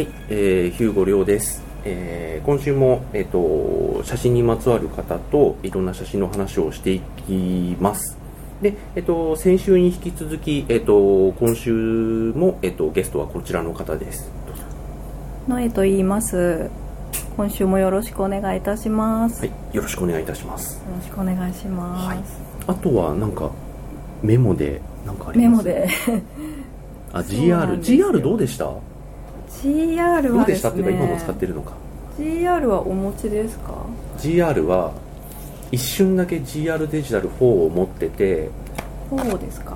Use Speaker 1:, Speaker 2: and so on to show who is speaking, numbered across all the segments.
Speaker 1: ヒューゴ亮です、えー今週も、えっと写真にまつわる方といろんな写真の話をしていきますで、えっと先週に引き続き、えっと今週も、えっとゲストはこちらの方です
Speaker 2: のえと言います今週もよろしくお願いいたします、
Speaker 1: は
Speaker 2: よ
Speaker 1: いよろしくお願いいたします
Speaker 2: ろしくお願いします、
Speaker 1: はいあとはなんかメモでなんかあり
Speaker 2: メ
Speaker 1: ま
Speaker 2: モ
Speaker 1: す
Speaker 2: で
Speaker 1: あ
Speaker 2: そうなん
Speaker 1: GR
Speaker 2: ですよ
Speaker 1: GR どうでしたど
Speaker 2: GR は
Speaker 1: うで
Speaker 2: で
Speaker 1: したっ
Speaker 2: す
Speaker 1: ていうか今も使って
Speaker 2: ね
Speaker 1: るのか
Speaker 2: GR はお持ちですか
Speaker 1: GR は一瞬だけ GR デジタル4を持ってて
Speaker 2: 4ですか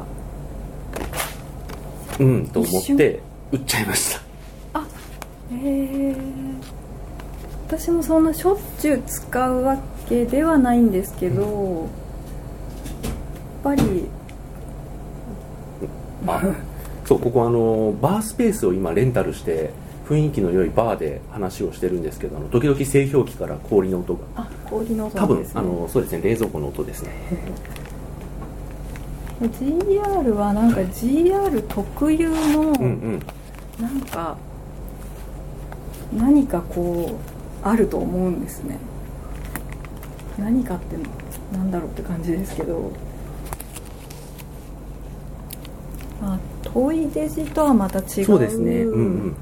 Speaker 1: うんと思っ
Speaker 2: 一瞬
Speaker 1: て売っちゃいま した
Speaker 2: えー、私もそんなしょっちゅう使うわけではないんですけど、やっぱり
Speaker 1: あそうここあのバースペースを今レンタルして雰囲気の良いバーで話をしてるんですけどあの時々製氷機から氷の音が
Speaker 2: あ氷の音
Speaker 1: 多
Speaker 2: なん
Speaker 1: 分
Speaker 2: です、ね、
Speaker 1: あのそうですね冷蔵庫の音ですね
Speaker 2: GR はなんか GR 特有の、
Speaker 1: うんうん
Speaker 2: なんか何かこうあると思うんですね何かってなんだろうって感じですけどまあ遠いデジとはまた違う
Speaker 1: そうですねうんうん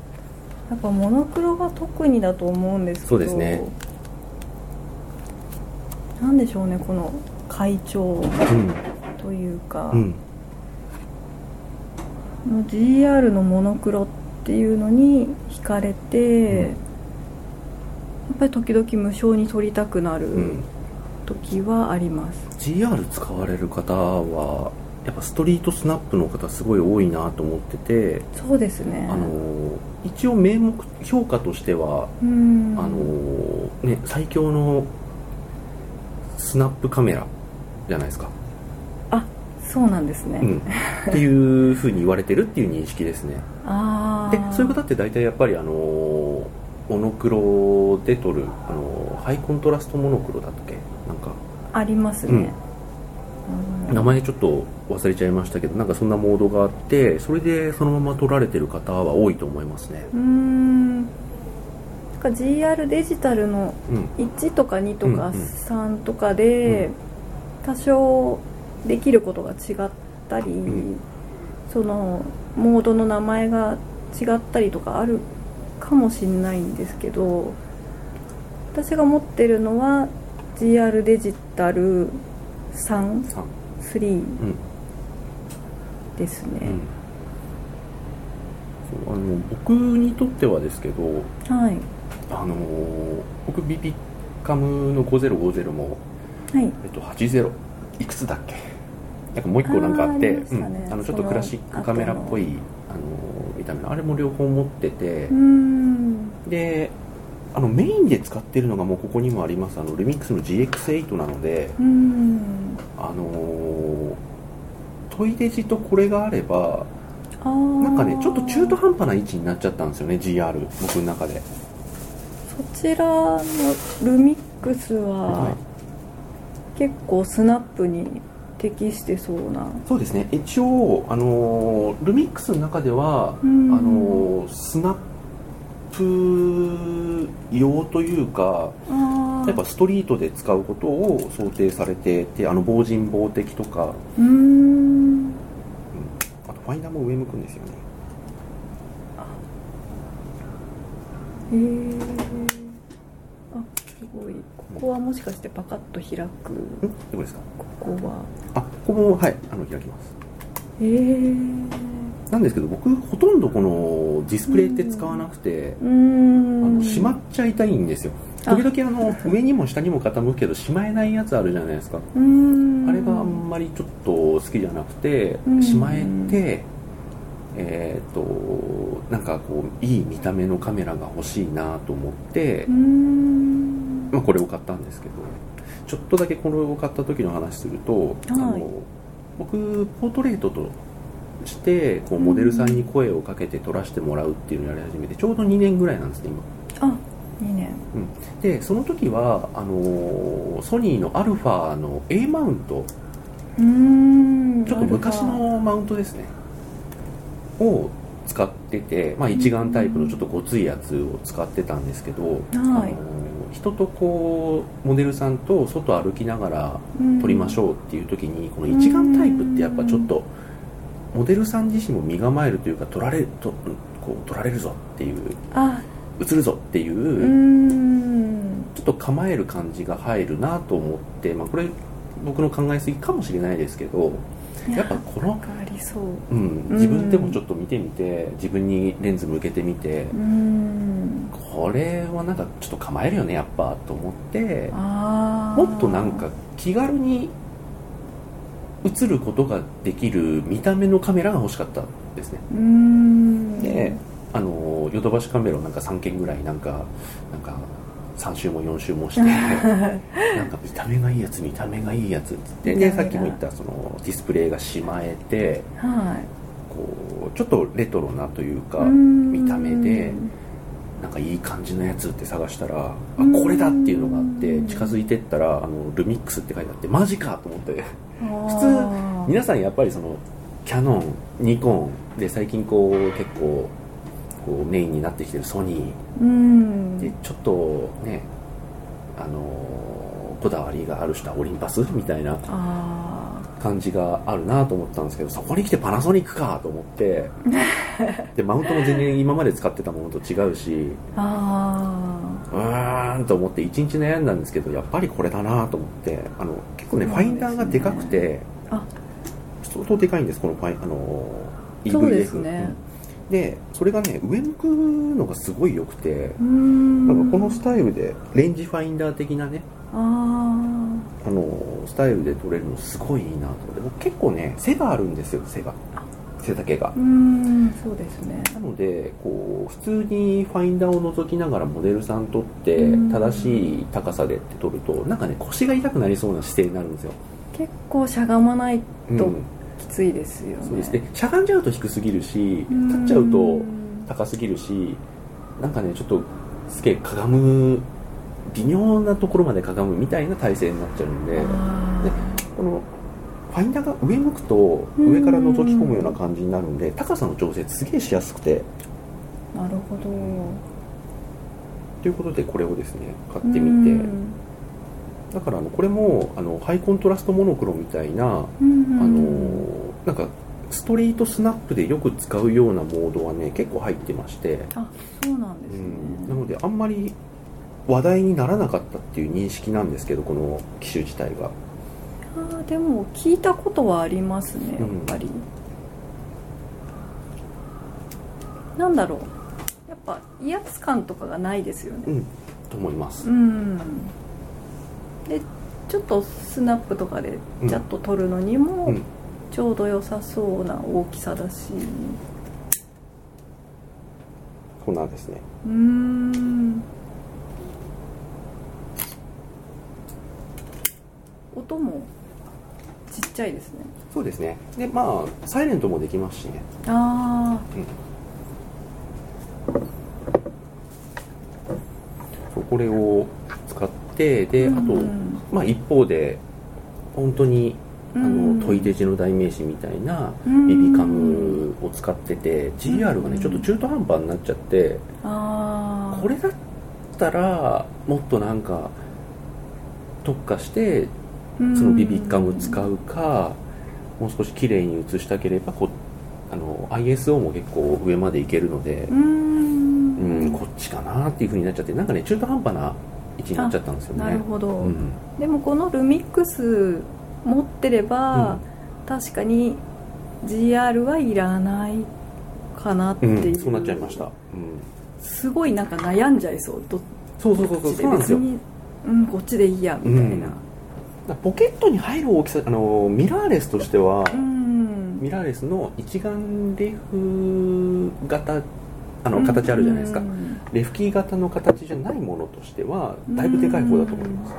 Speaker 2: やっぱモノクロが特にだと思うんですけど
Speaker 1: そうですね
Speaker 2: なんでしょうねこの会長
Speaker 1: うん
Speaker 2: というか、
Speaker 1: うん
Speaker 2: の GR のモノクロっていうのに惹かれて、
Speaker 1: うん
Speaker 2: やっぱり時々無償に撮りたくな
Speaker 1: う
Speaker 2: る
Speaker 1: ん
Speaker 2: 時はあります、
Speaker 1: GR 使われる方はやっぱストリートスナップの方すごい多いなと思ってて
Speaker 2: そうですね
Speaker 1: あの一応名目評価としては
Speaker 2: うん
Speaker 1: あのーね、最強のスナップカメラじゃないですか、
Speaker 2: そうなんですね、
Speaker 1: うん、っていうふうに言われてるっていう認識ですね
Speaker 2: ああ
Speaker 1: でそういう方って大体やっぱり、あのーモノクロで撮る、あのーハイコントラストモノクロだっけなんか
Speaker 2: ありますね、うん
Speaker 1: 名前ちょっと忘れちゃいましたけどなんかそんなモードがあってそれでそのまま撮られてる方は多いと思いますね
Speaker 2: うんなんか GR デジタルの
Speaker 1: うん
Speaker 2: 1とか2とか
Speaker 1: うんうん
Speaker 2: 3とかで
Speaker 1: うん
Speaker 2: 多少できることが違ったり、
Speaker 1: ん
Speaker 2: そのモードの名前が違ったりとかあるかもしれないんですけど私が持ってるのは GR デジタル33
Speaker 1: さんうん
Speaker 2: です
Speaker 1: う
Speaker 2: ね
Speaker 1: ん、そうあの僕にとってはですけど
Speaker 2: はい
Speaker 1: あのー僕 BP カムの5050も、
Speaker 2: はい
Speaker 1: えっと、80いくつだっけなんかもう一個なんかあっ
Speaker 2: あ
Speaker 1: て
Speaker 2: ーありましたね
Speaker 1: うん、あのちょっ
Speaker 2: そ
Speaker 1: と
Speaker 2: の
Speaker 1: クラシックカメラっぽいあのー見た目のあれも両方持ってて
Speaker 2: うー、ん
Speaker 1: であのメインで使ってるのがもうここにもありますあのルミックスの GX8 なので、
Speaker 2: うーん
Speaker 1: あのートイデジとこれがあれば
Speaker 2: あ
Speaker 1: なんか
Speaker 2: な
Speaker 1: ねちょっと中途半端な位置になっちゃったんですよね GR 僕の中で
Speaker 2: そちらのルミックスは結構スナップに適してそうな
Speaker 1: そうですね一応、あのールミックスの中では、
Speaker 2: うん
Speaker 1: あのースナップ用というか
Speaker 2: あ
Speaker 1: やっぱストリートで使うことを想定されててあの防塵防滴とか
Speaker 2: うーん
Speaker 1: あとファインダーも上向くんですよね
Speaker 2: へえあすごいここはもしかしてパカッと開
Speaker 1: ん
Speaker 2: く
Speaker 1: どこですか
Speaker 2: ここは
Speaker 1: あここもはいあの開きます
Speaker 2: ええ
Speaker 1: なんですけど僕ほとんどこのディスプレイって使わなくて、
Speaker 2: うー
Speaker 1: あ
Speaker 2: ん
Speaker 1: のしまっちゃいたいんですよ
Speaker 2: あ
Speaker 1: 時々あの上にも下にも傾くけどしまえないやつあるじゃないですか
Speaker 2: うーん
Speaker 1: あれがあんまりちょっと好きじゃなくて、
Speaker 2: うん
Speaker 1: しまえて、えっ、と、なんかこう、いい見た目のカメラが欲しいなと思って
Speaker 2: うー、ん
Speaker 1: まあ、これを買ったんですけど、ちょっとだけこれを買った時の話すると、あの僕、ポートレートとして、こうモデルさんに声をかけて撮らせてもらうっていうのをやり始めて、ちょうど2年ぐらいなんですね、今。
Speaker 2: あいいね
Speaker 1: で、その時は、あのソニーの α の A マウント、
Speaker 2: うーん
Speaker 1: ちょっと昔のマウントですねを使ってて、まあ、一眼タイプのちょっとごついやつを使ってたんですけど、あの人とこうモデルさんと外歩きながら
Speaker 2: うん
Speaker 1: 撮りましょうっていう時にこの一眼タイプってやっぱちょっとモデルさん自身も身構えるというか撮られるとこう撮られるぞっていう
Speaker 2: あ
Speaker 1: 映るぞっていうう
Speaker 2: うん
Speaker 1: ちょっと構える感じが入るなと思って、まあ、これ僕の考えすぎかもしれないですけどやっぱこの、
Speaker 2: なんかありそう
Speaker 1: うん、自分でもちょっと見てみて自分にレンズ向けてみて
Speaker 2: うん
Speaker 1: これはなんかちょっと構えるよねやっぱと思って
Speaker 2: ああ
Speaker 1: もっとなんか気軽に映ることができる見た目のカメラが欲しかったですね
Speaker 2: うん
Speaker 1: であのヨドバシカメラをなんか3件ぐらいなんかなんか3周も4周 もしてなんか見た目がいいやつ見た目がいいやつっつってで
Speaker 2: 見
Speaker 1: さ
Speaker 2: た
Speaker 1: っ
Speaker 2: 目が
Speaker 1: きも言ったそのディスプレイがしまえて
Speaker 2: はい
Speaker 1: こうちょっとレトロなというか
Speaker 2: うん
Speaker 1: 見た目でなんかいい感じのやつって探したらあ
Speaker 2: うん
Speaker 1: これだっていうのがあって近づいてったらあのルミックスって書いてあってマジかと思って。
Speaker 2: 普
Speaker 1: 通皆さんやっぱりそのキャノンニコンで最近こう結構こうメインになってきてるソニ
Speaker 2: うん
Speaker 1: ーでちょっとねあのーこだわりがある人はオリンパスみたいな
Speaker 2: あ
Speaker 1: 感じがあるなと思ったんですけどそこに来てパナソニックかと思ってでマウントも全然今まで使ってたものと違うし
Speaker 2: ーあ
Speaker 1: うーんと思って一日悩んだんですけどやっぱりこれだなと思ってあの結構ね
Speaker 2: そう
Speaker 1: フ
Speaker 2: な
Speaker 1: ァイ
Speaker 2: んですね
Speaker 1: ンダーがでかくて
Speaker 2: あ
Speaker 1: 相当でかいんですこのファイあの
Speaker 2: ー
Speaker 1: EVF
Speaker 2: そうですね
Speaker 1: うんでそれがね上向くのがすごい良くて
Speaker 2: うん
Speaker 1: なんかこのスタイルでレンジファインダー的なね
Speaker 2: あ
Speaker 1: あのスタイルで撮れるのすごいいいなと思って僕結構ね背があるんですよ背が背丈が
Speaker 2: あうんそうですね
Speaker 1: なのでこう普通にファインダーを覗きながらモデルさん撮って
Speaker 2: うん
Speaker 1: 正しい高さでって撮るとなんかね腰が痛くなりそうな姿勢になるんですよ、
Speaker 2: 結構しゃがまない
Speaker 1: うん
Speaker 2: ときついですよね、
Speaker 1: そうですねしゃがんじゃうと低すぎるし
Speaker 2: ん
Speaker 1: 立っちゃうと高すぎるしなんかねちょっとすげえかがむ微妙なところまでかがむみたいな体勢になっちゃうんで
Speaker 2: あー
Speaker 1: でこのファインダーが上向くと上から覗き込むような感じになるんで高さの調節すげえしやすくて
Speaker 2: なるほど
Speaker 1: ということでこれをですね買ってみてだからあのこれもあのハイコントラストモノクロみたいなあの
Speaker 2: の
Speaker 1: ーなんかストリートスナップでよく使うようなモードはね結構入ってまして
Speaker 2: あそうなんですね、
Speaker 1: うんなのであんまり話題にならなかったっていう認識なんですけどこの機種自体が
Speaker 2: あーでも聞いたことはありますねやっぱり、なんだろうやっぱ威圧感とかがないですよね
Speaker 1: うんと思います
Speaker 2: うんでちょっとスナップとかでジャッと撮るのに
Speaker 1: う
Speaker 2: も
Speaker 1: ん
Speaker 2: ちょうど良さそうな大きさだし
Speaker 1: こんなんですね
Speaker 2: うーん音もちっちゃいですね
Speaker 1: そうですねでまあサイレントもできますしね
Speaker 2: あ
Speaker 1: そうこれを使ってであと、
Speaker 2: うん
Speaker 1: まあ一方で本当にあ
Speaker 2: うん
Speaker 1: のトイデジの代名詞みたいな
Speaker 2: うん
Speaker 1: ビビカムを使ってて GR がねちょっと中途半端になっちゃって
Speaker 2: あああ
Speaker 1: これだったらもっとなんか特化してそのビビカム使うかもう少し綺麗に写したければこあの ISO も結構上までいけるので
Speaker 2: うーん
Speaker 1: うんこっちかなっていう風になっちゃってなんかね中途半端な位置になっちゃったんですよね
Speaker 2: なるほど、
Speaker 1: うん
Speaker 2: でもこのルミックス持ってれば、確かに GR はいらないかなって
Speaker 1: う
Speaker 2: いう、
Speaker 1: ん、そうなっちゃいました、うん、
Speaker 2: すごいなんか悩んじゃいそうどっ
Speaker 1: そうそうそうそうそう
Speaker 2: ちで
Speaker 1: なんです
Speaker 2: 別
Speaker 1: よ
Speaker 2: にうんこっちでいいやみたい
Speaker 1: だ
Speaker 2: な
Speaker 1: からポケットに入る大きさあのミラーレスとしては、
Speaker 2: うん、
Speaker 1: ミラーレスの一眼レフ型あの形あるじゃないですか、
Speaker 2: うん
Speaker 1: レフキー型の形じゃないものとしてはだいぶでかい方だと思います、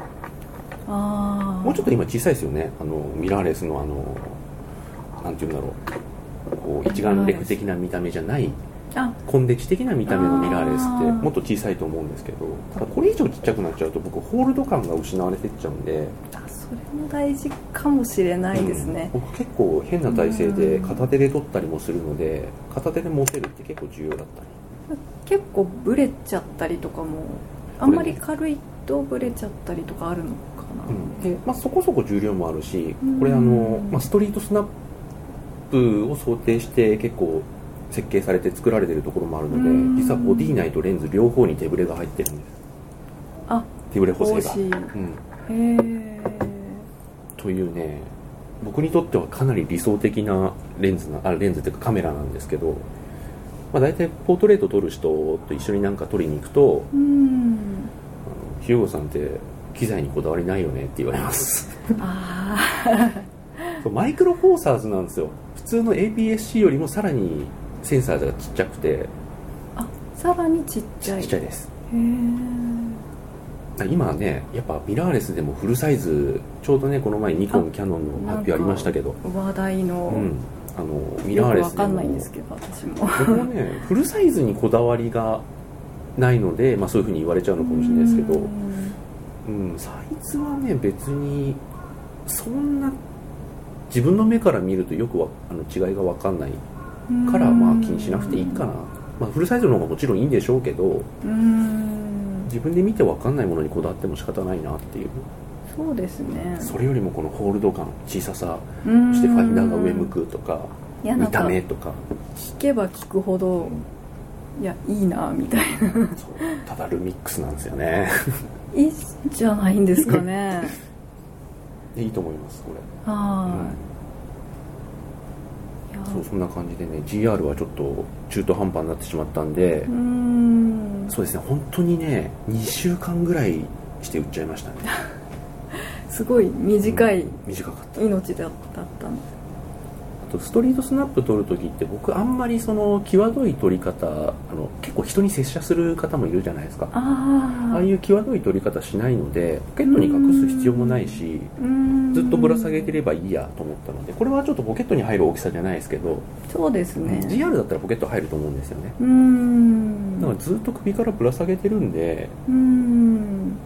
Speaker 2: ああ
Speaker 1: もうちょっと今小さいですよねあのミラーレスのあのなんていうんだろうこう一眼レフ的な見た目じゃない
Speaker 2: あ
Speaker 1: 根デジ的な見た目のミラーレスって
Speaker 2: あー
Speaker 1: もっと小さいと思うんですけどただこれ以上ちっちゃくなっちゃうと僕ホールド感が失われてっちゃうんで
Speaker 2: あそれも大事かもしれないですね、
Speaker 1: うん僕結構変な体勢で
Speaker 2: うん
Speaker 1: 片手で取ったりもするので片手で持てるって結構重要だったり
Speaker 2: 結構ブレちゃったりとかもあんまり軽いとブレちゃったりとかあるのかな、
Speaker 1: でまあ、そこそこ重量もあるし
Speaker 2: うん
Speaker 1: これあの、まあ、ストリートスナップを想定して結構設計されて作られてるところもあるので
Speaker 2: うん
Speaker 1: 実はボディ内とレンズ両方に手ブレが入ってるんです
Speaker 2: あ
Speaker 1: 手ブレ補
Speaker 2: 帽
Speaker 1: 正
Speaker 2: 子
Speaker 1: が、う
Speaker 2: へ
Speaker 1: ん、
Speaker 2: え
Speaker 1: というね僕にとってはかなり理想的なレンズなあレンズっていうかカメラなんですけど、まあ、大体ポートレート撮る人と一緒になんか撮りに行くと
Speaker 2: うん
Speaker 1: 「ヒューゴさんって機材にこだわりないよね」って言われます
Speaker 2: あ
Speaker 1: そうマイクロフォーサーズなんですよ普通の APS-C よりもさらにセンサーがちっちゃくて
Speaker 2: ああさらにちっち
Speaker 1: ち
Speaker 2: ゃい
Speaker 1: っちゃいです
Speaker 2: へえ
Speaker 1: 今ねやっぱミラーレスでもフルサイズちょうどねこの前ニコンキヤノンの発表ありましたけど
Speaker 2: 話題の、
Speaker 1: うんあのミ
Speaker 2: よ
Speaker 1: ラー
Speaker 2: く
Speaker 1: レ
Speaker 2: わ
Speaker 1: スで
Speaker 2: かんないん
Speaker 1: も
Speaker 2: ですけど私も
Speaker 1: 僕もねフルサイズにこだわりがないので、まあ、そういうふうに言われちゃうのかもしれないですけど、
Speaker 2: うん
Speaker 1: うん、サイズはね別にそんな自分の目から見るとよくわあの違いが分かんないからまあ気にしなくていいかな、まあ、フルサイズの方がもちろんいいんでしょうけど
Speaker 2: うん
Speaker 1: 自分で見て分かんないものにこだわっても仕方ないなっていう
Speaker 2: そうですね
Speaker 1: それよりもこのホールド感小ささ
Speaker 2: うん
Speaker 1: そしてファインダーが上向くとか
Speaker 2: いや
Speaker 1: 見
Speaker 2: なんか
Speaker 1: た目とか
Speaker 2: 聞けば聞くほどいやいいなみたいな
Speaker 1: そうただルミックスなんですよね
Speaker 2: いいじゃないんですかね
Speaker 1: いいと思いますこれ、
Speaker 2: は
Speaker 1: う
Speaker 2: いいや
Speaker 1: ん、そうそんな感じでね GR はちょっと中途半端になってしまったんで
Speaker 2: うーん
Speaker 1: そうですね本当にね2週間ぐらいして売っちゃいましたね
Speaker 2: すごい短い
Speaker 1: うん短かった
Speaker 2: 命だったんです
Speaker 1: あとストリートスナップ撮るときって僕あんまりその際どい撮り方あの結構人に接写する方もいるじゃないですか
Speaker 2: あ
Speaker 1: ああいう際どい撮り方しないのでポケットに隠す必要もないしずっとぶら下げて
Speaker 2: る
Speaker 1: ればいいやと思ったのでこれはちょっとポケットに入る大きさじゃないですけど、
Speaker 2: そうですね
Speaker 1: GR だったらポケット入ると思うんですよね
Speaker 2: うーん
Speaker 1: だからずっと首からぶら下げてるんで
Speaker 2: うーん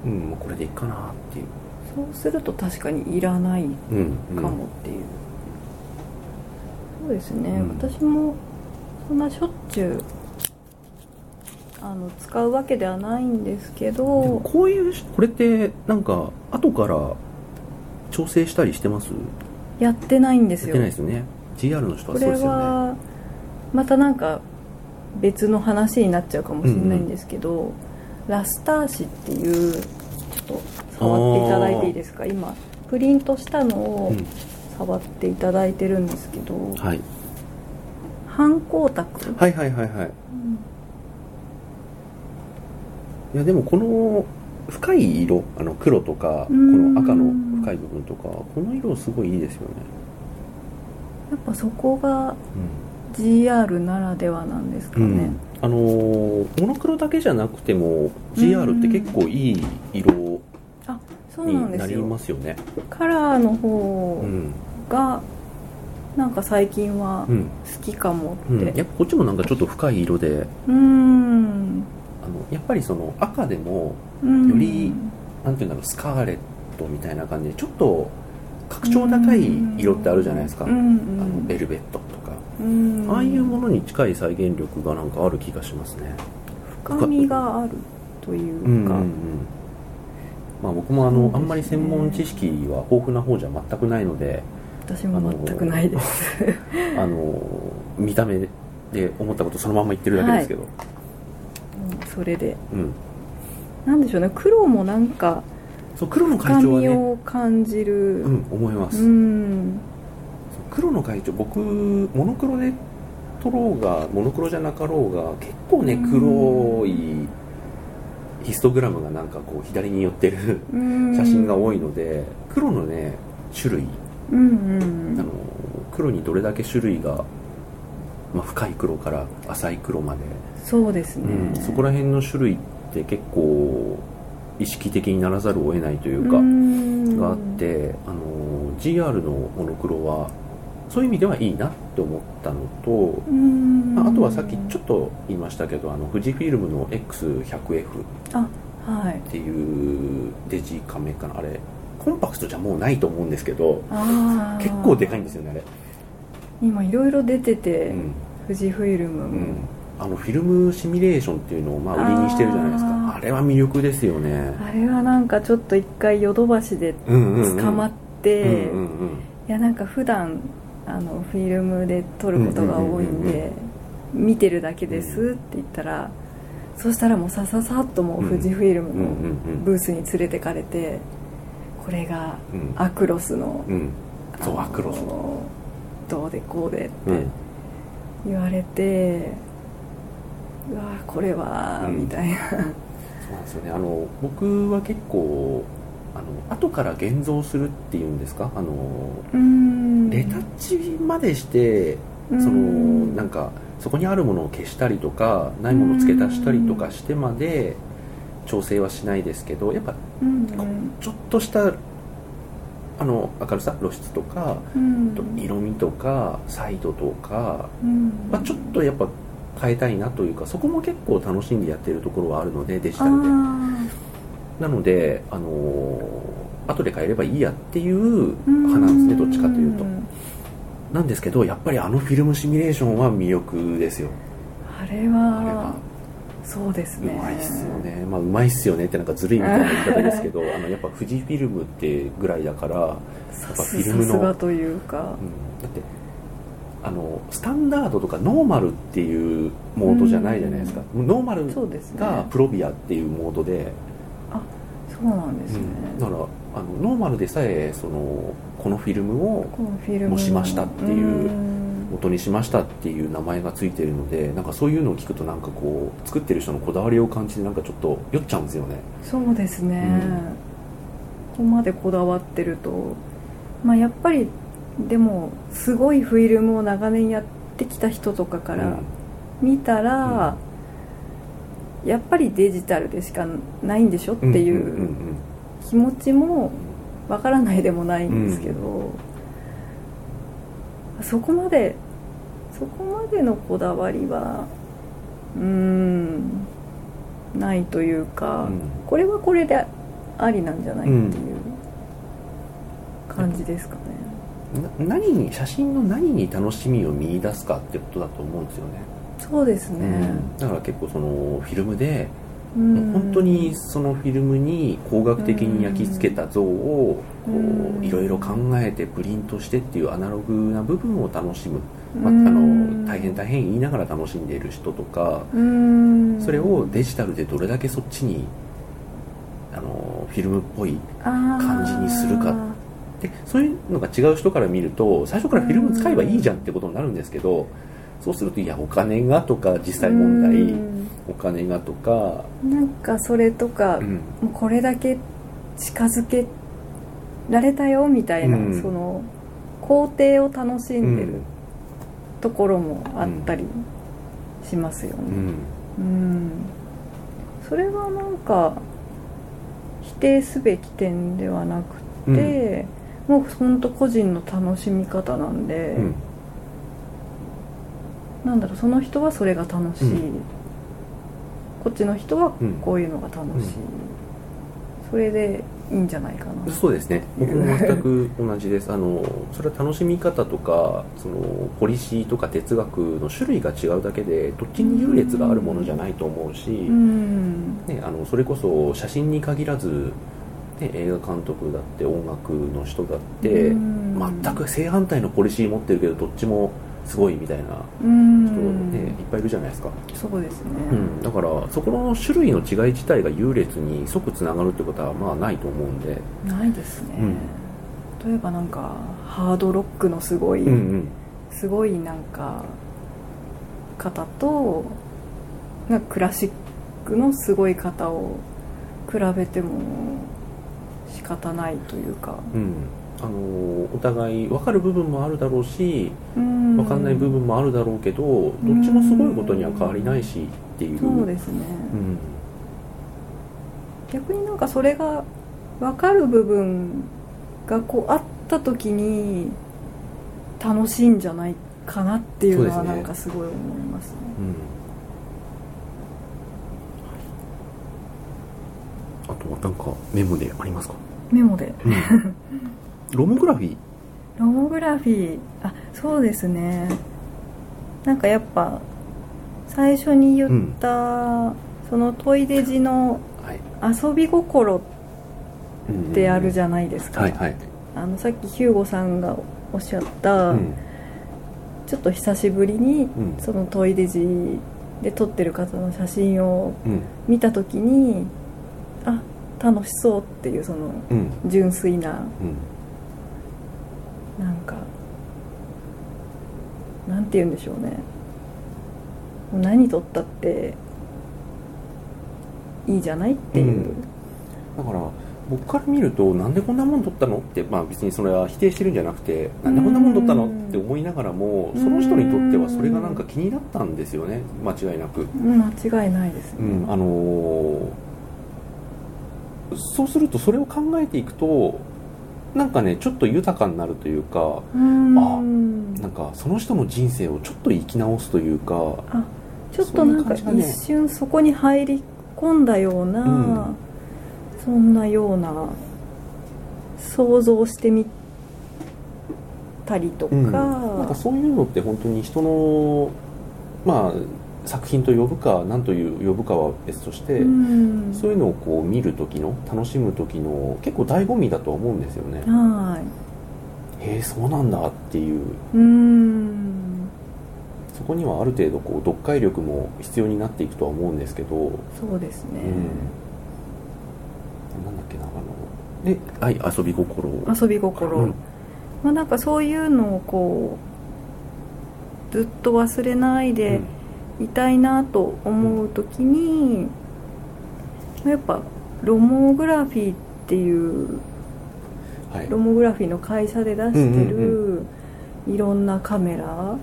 Speaker 1: うんもうこれでいいかなっていう
Speaker 2: そうすると確かにいらない
Speaker 1: うん、うん
Speaker 2: かもっていう、そうですね、
Speaker 1: うん
Speaker 2: 私もそんなしょっちゅうあの使うわけではないんですけ
Speaker 1: でも
Speaker 2: ど
Speaker 1: こういうこれってなんか後から調整したりしてます
Speaker 2: やってないんで
Speaker 1: や
Speaker 2: す
Speaker 1: っ
Speaker 2: よ
Speaker 1: てないですよね GR の人
Speaker 2: こ
Speaker 1: はそう
Speaker 2: れ
Speaker 1: ですよね
Speaker 2: はまたなんか別の話になっちゃうかもしれないんですけど、ラスター紙っていうちょっと触っていただいていいですか今プリントしたのを
Speaker 1: う
Speaker 2: 触っていただいてるんですけど、
Speaker 1: んはい、
Speaker 2: 半光沢、
Speaker 1: はいはいはいはい
Speaker 2: うん
Speaker 1: いやでもこの深い色あの黒とかこ
Speaker 2: うん
Speaker 1: の赤の深い部分とかこの色すごいいいですよね、
Speaker 2: やっぱそこが GR ならではなんですか
Speaker 1: う
Speaker 2: ね、
Speaker 1: んあのーモノクロだけじゃなくても GR って結構いい色
Speaker 2: あそうなん
Speaker 1: に
Speaker 2: で
Speaker 1: な
Speaker 2: す
Speaker 1: り
Speaker 2: よ
Speaker 1: ますよね
Speaker 2: カラーの
Speaker 1: う
Speaker 2: 方
Speaker 1: ん
Speaker 2: がなんか最近は
Speaker 1: うん、
Speaker 2: 好きかも
Speaker 1: う
Speaker 2: っ
Speaker 1: ん、
Speaker 2: て
Speaker 1: やっぱこっちもなんかちょっと深い色で
Speaker 2: うん
Speaker 1: あのやっぱりその赤でも
Speaker 2: うん
Speaker 1: よりなんていうんだろうスカーレットみたいな感じでちょっと格調高い色ってあるじゃないですか、
Speaker 2: うん
Speaker 1: あ
Speaker 2: うん
Speaker 1: のベルベットとか、
Speaker 2: うん
Speaker 1: ああいうものに近い再現力がなんかある気がしますね
Speaker 2: 深みがあるという
Speaker 1: うんうん
Speaker 2: か、
Speaker 1: うんまあ、僕もあの、
Speaker 2: そうですね
Speaker 1: あんまり専門知識は豊富な方じゃ全くないので
Speaker 2: 私も全くないです、
Speaker 1: あの見た目で思ったことそのまま言ってるだけですけど、
Speaker 2: うんそれで
Speaker 1: うん、
Speaker 2: なんでしょうね黒もなんか
Speaker 1: そう黒の
Speaker 2: 深
Speaker 1: 会長は
Speaker 2: み
Speaker 1: ね、
Speaker 2: を感じる
Speaker 1: うん、思います、
Speaker 2: うん
Speaker 1: そう黒の会長僕モノクロで撮ろうがモノクロじゃなかろうが結構ね
Speaker 2: うん
Speaker 1: 黒いヒストグラムがなんかこう左に寄ってる
Speaker 2: うん
Speaker 1: 写真が多いので黒のね種類
Speaker 2: うんう
Speaker 1: あの
Speaker 2: ん
Speaker 1: 黒にどれだけ種類が、まあ、深い黒から浅い黒まで、
Speaker 2: そうですね、
Speaker 1: うんそこら辺の種類って結構意識的にならざるを得ないというか、
Speaker 2: ん
Speaker 1: があって、あの GR のモノクロはそういう意味ではいいなって思ったのと、
Speaker 2: うん
Speaker 1: まあ、あとはさっきちょっと言いましたけどあの富士フィルムの X100F っ
Speaker 2: あはい
Speaker 1: ていうデジカメかなあれコンパクトじゃもうないと思うんですけど
Speaker 2: あー
Speaker 1: 結構でかいんですよねあれ、
Speaker 2: 今いろいろ出てて、
Speaker 1: うん
Speaker 2: 富士フイルム
Speaker 1: う
Speaker 2: も、
Speaker 1: ん、あのフィルムシミュレーションっていうのをまあ売りにしてるじゃないですか
Speaker 2: あ
Speaker 1: あ
Speaker 2: ー
Speaker 1: れは魅力ですよね
Speaker 2: あれはなんかちょっと一回ヨドバシで
Speaker 1: 捕
Speaker 2: 捕ま
Speaker 1: っ
Speaker 2: って、
Speaker 1: うんうんうん
Speaker 2: いやなんか普段あのフィルムで撮ることが多いん
Speaker 1: うんうんうん
Speaker 2: で見てるだけですって言ったらそしたらもうさささっともう富士フィルム
Speaker 1: うんうん
Speaker 2: の
Speaker 1: うん
Speaker 2: ブースに連れてかれてこれが
Speaker 1: うん
Speaker 2: アクロスの
Speaker 1: うんそう
Speaker 2: あの
Speaker 1: アクロス
Speaker 2: どうでこうでって
Speaker 1: うん
Speaker 2: 言われてうわーこれは
Speaker 1: うん
Speaker 2: みたいな
Speaker 1: そうなんですよねあの僕は結構あの後から現像するっていうんですかあの
Speaker 2: うん
Speaker 1: レタッチまでして
Speaker 2: そ
Speaker 1: そのなんかそこにあるものを消したりとかないものを付け足したりとかしてまで調整はしないですけどやっぱちょっとしたあの明るさ露出とかあと色味とかサイドとか、まあ、ちょっとやっぱ変えたいなというかそこも結構楽しんでやってるところはあるのでデジタルでなのであのー後で変えればいいやっていう派なんですねどっちかというとなんですけどやっぱりあのフィルムシミュレーションは魅力ですよ
Speaker 2: あれ
Speaker 1: あれは
Speaker 2: はそうです
Speaker 1: う
Speaker 2: ね
Speaker 1: まいっすよねまあうまいっすよねってなんかずるいみたいな言い方です けどあのやっぱ富士フィルムってぐらいだから
Speaker 2: さ
Speaker 1: ぱフ
Speaker 2: す
Speaker 1: ィルム
Speaker 2: さ
Speaker 1: の
Speaker 2: すがというか
Speaker 1: うんだってあのスタンダードとかノーマルっていうモードじゃないじゃないですか、ノーマル
Speaker 2: そうですね
Speaker 1: がプロビアっていうモードで、
Speaker 2: そうなんですね、
Speaker 1: だからあのノーマルでさえそのこのフィルムを
Speaker 2: このフィルムの
Speaker 1: もしましたっていう
Speaker 2: うん
Speaker 1: 元にしましたっていう名前がついてるのでなんかそういうのを聞くとなんかこう作ってる人のこだわりを感じてなんかちょっと酔っちゃうんですよね
Speaker 2: そうですね、
Speaker 1: うん
Speaker 2: ここまでこだわってるとまあやっぱりでもすごいフィルムを長年やってきた人とかか
Speaker 1: う
Speaker 2: ら
Speaker 1: ん
Speaker 2: 見たら、やっぱりデジタルでしかないんでしょってい
Speaker 1: んうん
Speaker 2: う気持ちもわからないでもないんですけど、そこまでそこまでのこだわりはうーんないというか、
Speaker 1: うん
Speaker 2: これはこれでありなんじゃないっていう感じですかね、
Speaker 1: うんな何に写真の何に楽しみを見出すかってことだと思うんですよね、
Speaker 2: そうです
Speaker 1: う
Speaker 2: ね、
Speaker 1: ん、だから結構そのフィルムで
Speaker 2: うん
Speaker 1: もう本当にそのフィルムに工学的に焼き付けた像をこ
Speaker 2: うん
Speaker 1: ういろいろ考えてプリントしてっていうアナログな部分を楽しむ、まあ、あ
Speaker 2: うん
Speaker 1: の大変大変言いながら楽しんでいる人とか
Speaker 2: うん
Speaker 1: それをデジタルでどれだけそっちにあのフィルムっぽい
Speaker 2: 感
Speaker 1: じにするかでそういうのが違う人から見ると最初からフィルム使えばいいじゃんってことになるんですけどそうするといやお金がとか実際問題お金がとか、
Speaker 2: なんかそれとか、
Speaker 1: うん、
Speaker 2: もうこれだけ近づけられたよみたいな、
Speaker 1: うん
Speaker 2: その工程を楽しんでるところもあったりしますよ
Speaker 1: うんう
Speaker 2: ね
Speaker 1: ん
Speaker 2: うん、それはなんか否定すべき点ではなくて、もう本当個人の楽しみ方なんで、
Speaker 1: うん
Speaker 2: なんだろうその人はそれが楽しい、
Speaker 1: う
Speaker 2: こっちの人は
Speaker 1: うん
Speaker 2: こういうのが楽しい、
Speaker 1: うん
Speaker 2: それでいいんじゃないかな
Speaker 1: そうですね僕も全く同じですあのそれは楽しみ方とかそのポリシーとか哲学の種類が違うだけでどっちに優劣があるものじゃないと思うし、
Speaker 2: うん
Speaker 1: ね、あのそれこそ写真に限らず、ね、映画監督だって音楽の人だって
Speaker 2: うん
Speaker 1: 全く正反対のポリシー持ってるけどどっちもすごいみたいな
Speaker 2: うん
Speaker 1: 人、ねいっぱいいるじゃないですか、
Speaker 2: そうですね、
Speaker 1: うん、だからそこの種類の違い自体が優劣に即つながるってことはまあないと思うんで、
Speaker 2: ないですね、
Speaker 1: うん
Speaker 2: 例えばなんかハードロックのすごい、
Speaker 1: うん
Speaker 2: すごいなんか方となんかクラシックのすごい方を比べても仕方ないというか
Speaker 1: うんうんあのお互い分かる部分もあるだろうし
Speaker 2: 分
Speaker 1: 分かんない部分もあるだろうけどどっちもすごいことには変わりないしっていう
Speaker 2: そうですね、
Speaker 1: うん
Speaker 2: 逆になんかそれが分かる部分がこうあった時に楽しいんじゃないかなっていうの
Speaker 1: そ
Speaker 2: は
Speaker 1: うです
Speaker 2: な
Speaker 1: ね
Speaker 2: んかすごい思いますね
Speaker 1: うんあとはなんかメモでありますか、
Speaker 2: メモで
Speaker 1: ロモグラフィー
Speaker 2: ロモグラフィーあそうですねなんかやっぱ最初に言った、その問い出字の
Speaker 1: はい
Speaker 2: 遊び心っ
Speaker 1: うん
Speaker 2: てあるじゃないですか、
Speaker 1: はいはい、
Speaker 2: あのさっきヒューゴさんがおっしゃった、
Speaker 1: うん
Speaker 2: ちょっと久しぶりに、
Speaker 1: うん
Speaker 2: そのトイデジで撮ってる方の写真を
Speaker 1: うん
Speaker 2: 見た時にあ楽しそうっていうその
Speaker 1: うん
Speaker 2: 純粋な
Speaker 1: うん
Speaker 2: なんかなんて言うんでしょうねもう何撮ったっていいじゃないっていう、
Speaker 1: うんだから僕から見るとなんでこんなもん撮ったのって、まあ、別にそれは否定してるんじゃなくてなんでこんなもん撮ったのって思いながらも
Speaker 2: うん
Speaker 1: その人にとってはそれがなんか気になったんですよね間違いなく、
Speaker 2: 間違いないですね、
Speaker 1: うんあのーそうするとそれを考えていくとなんかねちょっと豊かになるというか
Speaker 2: うん
Speaker 1: なんかその人の人生をちょっと生き直すというか
Speaker 2: あちょっとなん
Speaker 1: そ
Speaker 2: か
Speaker 1: ういう感じだね
Speaker 2: 一瞬そこに入り込んだような、
Speaker 1: うん
Speaker 2: そんなような想像してみたりとか、
Speaker 1: うんなんかそういうのって本当に人の、まあ、作品と呼ぶか何という呼ぶかは別として、
Speaker 2: うん
Speaker 1: そういうのをこう見る時の楽しむ時の結構醍醐味だとは思うんですよね、
Speaker 2: は
Speaker 1: へえそうなんだっていう
Speaker 2: いうん
Speaker 1: そこにはある程度こう読解力も必要になっていくとは思うんですけど、うん、
Speaker 2: そうですね、
Speaker 1: なんだっけなあので、はい、遊び心を
Speaker 2: 遊び心、
Speaker 1: うん
Speaker 2: まあ、なんかそういうのをこうずっと忘れないで、
Speaker 1: うん
Speaker 2: いたいなと思う時にやっぱロモグラフィーっていう
Speaker 1: はい
Speaker 2: ロモグラフィーの会社で出して
Speaker 1: う
Speaker 2: るいろんなカメラ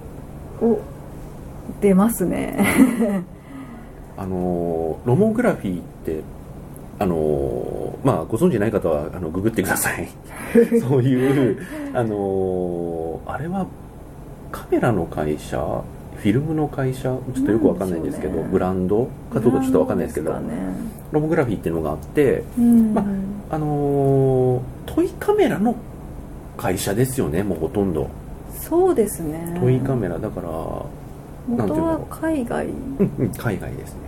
Speaker 2: を出ますね
Speaker 1: あのーロモグラフィーってあのーまあご存知ない方はあのググってくださ いそういうあのーあれはカメラの会社フィルムの会社ちょっとよくわかんないんですけど
Speaker 2: なんでしょうね
Speaker 1: ブランドかどうかちょっとわかんないですけど
Speaker 2: なですかね
Speaker 1: ロモグラフィーっていうのがあって
Speaker 2: うん、
Speaker 1: まあのートイカメラの会社ですよねもうほとんど
Speaker 2: そうですね
Speaker 1: トイカメラだから、 なんていうん
Speaker 2: 元
Speaker 1: だ
Speaker 2: は
Speaker 1: ろう
Speaker 2: 海外
Speaker 1: うんうん、海外ですね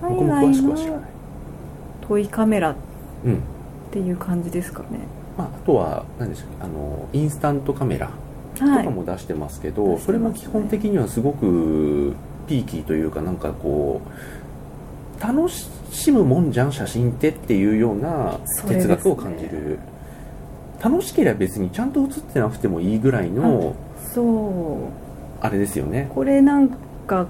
Speaker 1: 僕
Speaker 2: 海
Speaker 1: も詳
Speaker 2: 外
Speaker 1: しくは知ら
Speaker 2: の
Speaker 1: ない
Speaker 2: トイカメラっ
Speaker 1: うん
Speaker 2: ていう感じですかね
Speaker 1: まあ、あとは何でしたっけあのインスタントカメラと
Speaker 2: は
Speaker 1: か
Speaker 2: い
Speaker 1: も出してますけど、
Speaker 2: はい
Speaker 1: それも基本的にはすごくピーキーというかなんかこう楽しむもんじゃん写真ってっていうような
Speaker 2: それで
Speaker 1: 哲
Speaker 2: すね
Speaker 1: 学を感じる、楽しければ別にちゃんと写ってなくてもいいぐらいの
Speaker 2: そう
Speaker 1: あれですよね
Speaker 2: これなんか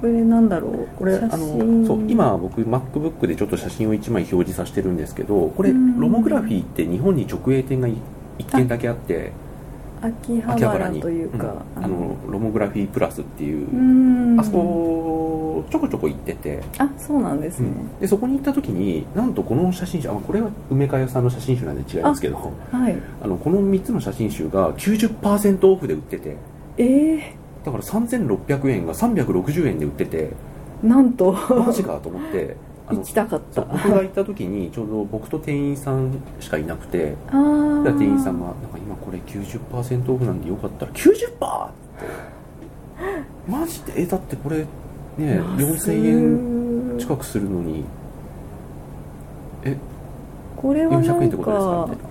Speaker 2: これなんだろう
Speaker 1: これあの
Speaker 2: 写真
Speaker 1: そう今僕 MacBook でちょっと写真を1枚表示させてるんですけどこれロ
Speaker 2: うん
Speaker 1: モグラフィーって日本に直営店が1軒だけあって
Speaker 2: 秋葉
Speaker 1: 秋葉原
Speaker 2: 原
Speaker 1: に
Speaker 2: というか、
Speaker 1: うんあのロモグラフィープラスっていう、
Speaker 2: うん
Speaker 1: あそこちょこちょこ行ってて、
Speaker 2: あそうなんですね、
Speaker 1: でそこに行った時になんとこの写真集あこれは梅川さんの写真集なんで違いますけどあ
Speaker 2: はい
Speaker 1: のこの3つの写真集が90%オフで売ってて
Speaker 2: ええ
Speaker 1: だから3600円が360円で売って て
Speaker 2: なんと
Speaker 1: マジかと思ってあ
Speaker 2: 行
Speaker 1: の
Speaker 2: きたかっ
Speaker 1: そ
Speaker 2: た
Speaker 1: う僕が行った時にちょうど僕と店員さんしかいなくて
Speaker 2: あー
Speaker 1: だから店員さんが「なんか今これ90%オフなんでよかったら 90%!」ってマジでえだってこれね4000円
Speaker 2: 円
Speaker 1: 近くするのにえ
Speaker 2: これはな
Speaker 1: 400円って
Speaker 2: ん
Speaker 1: ことですかみ
Speaker 2: か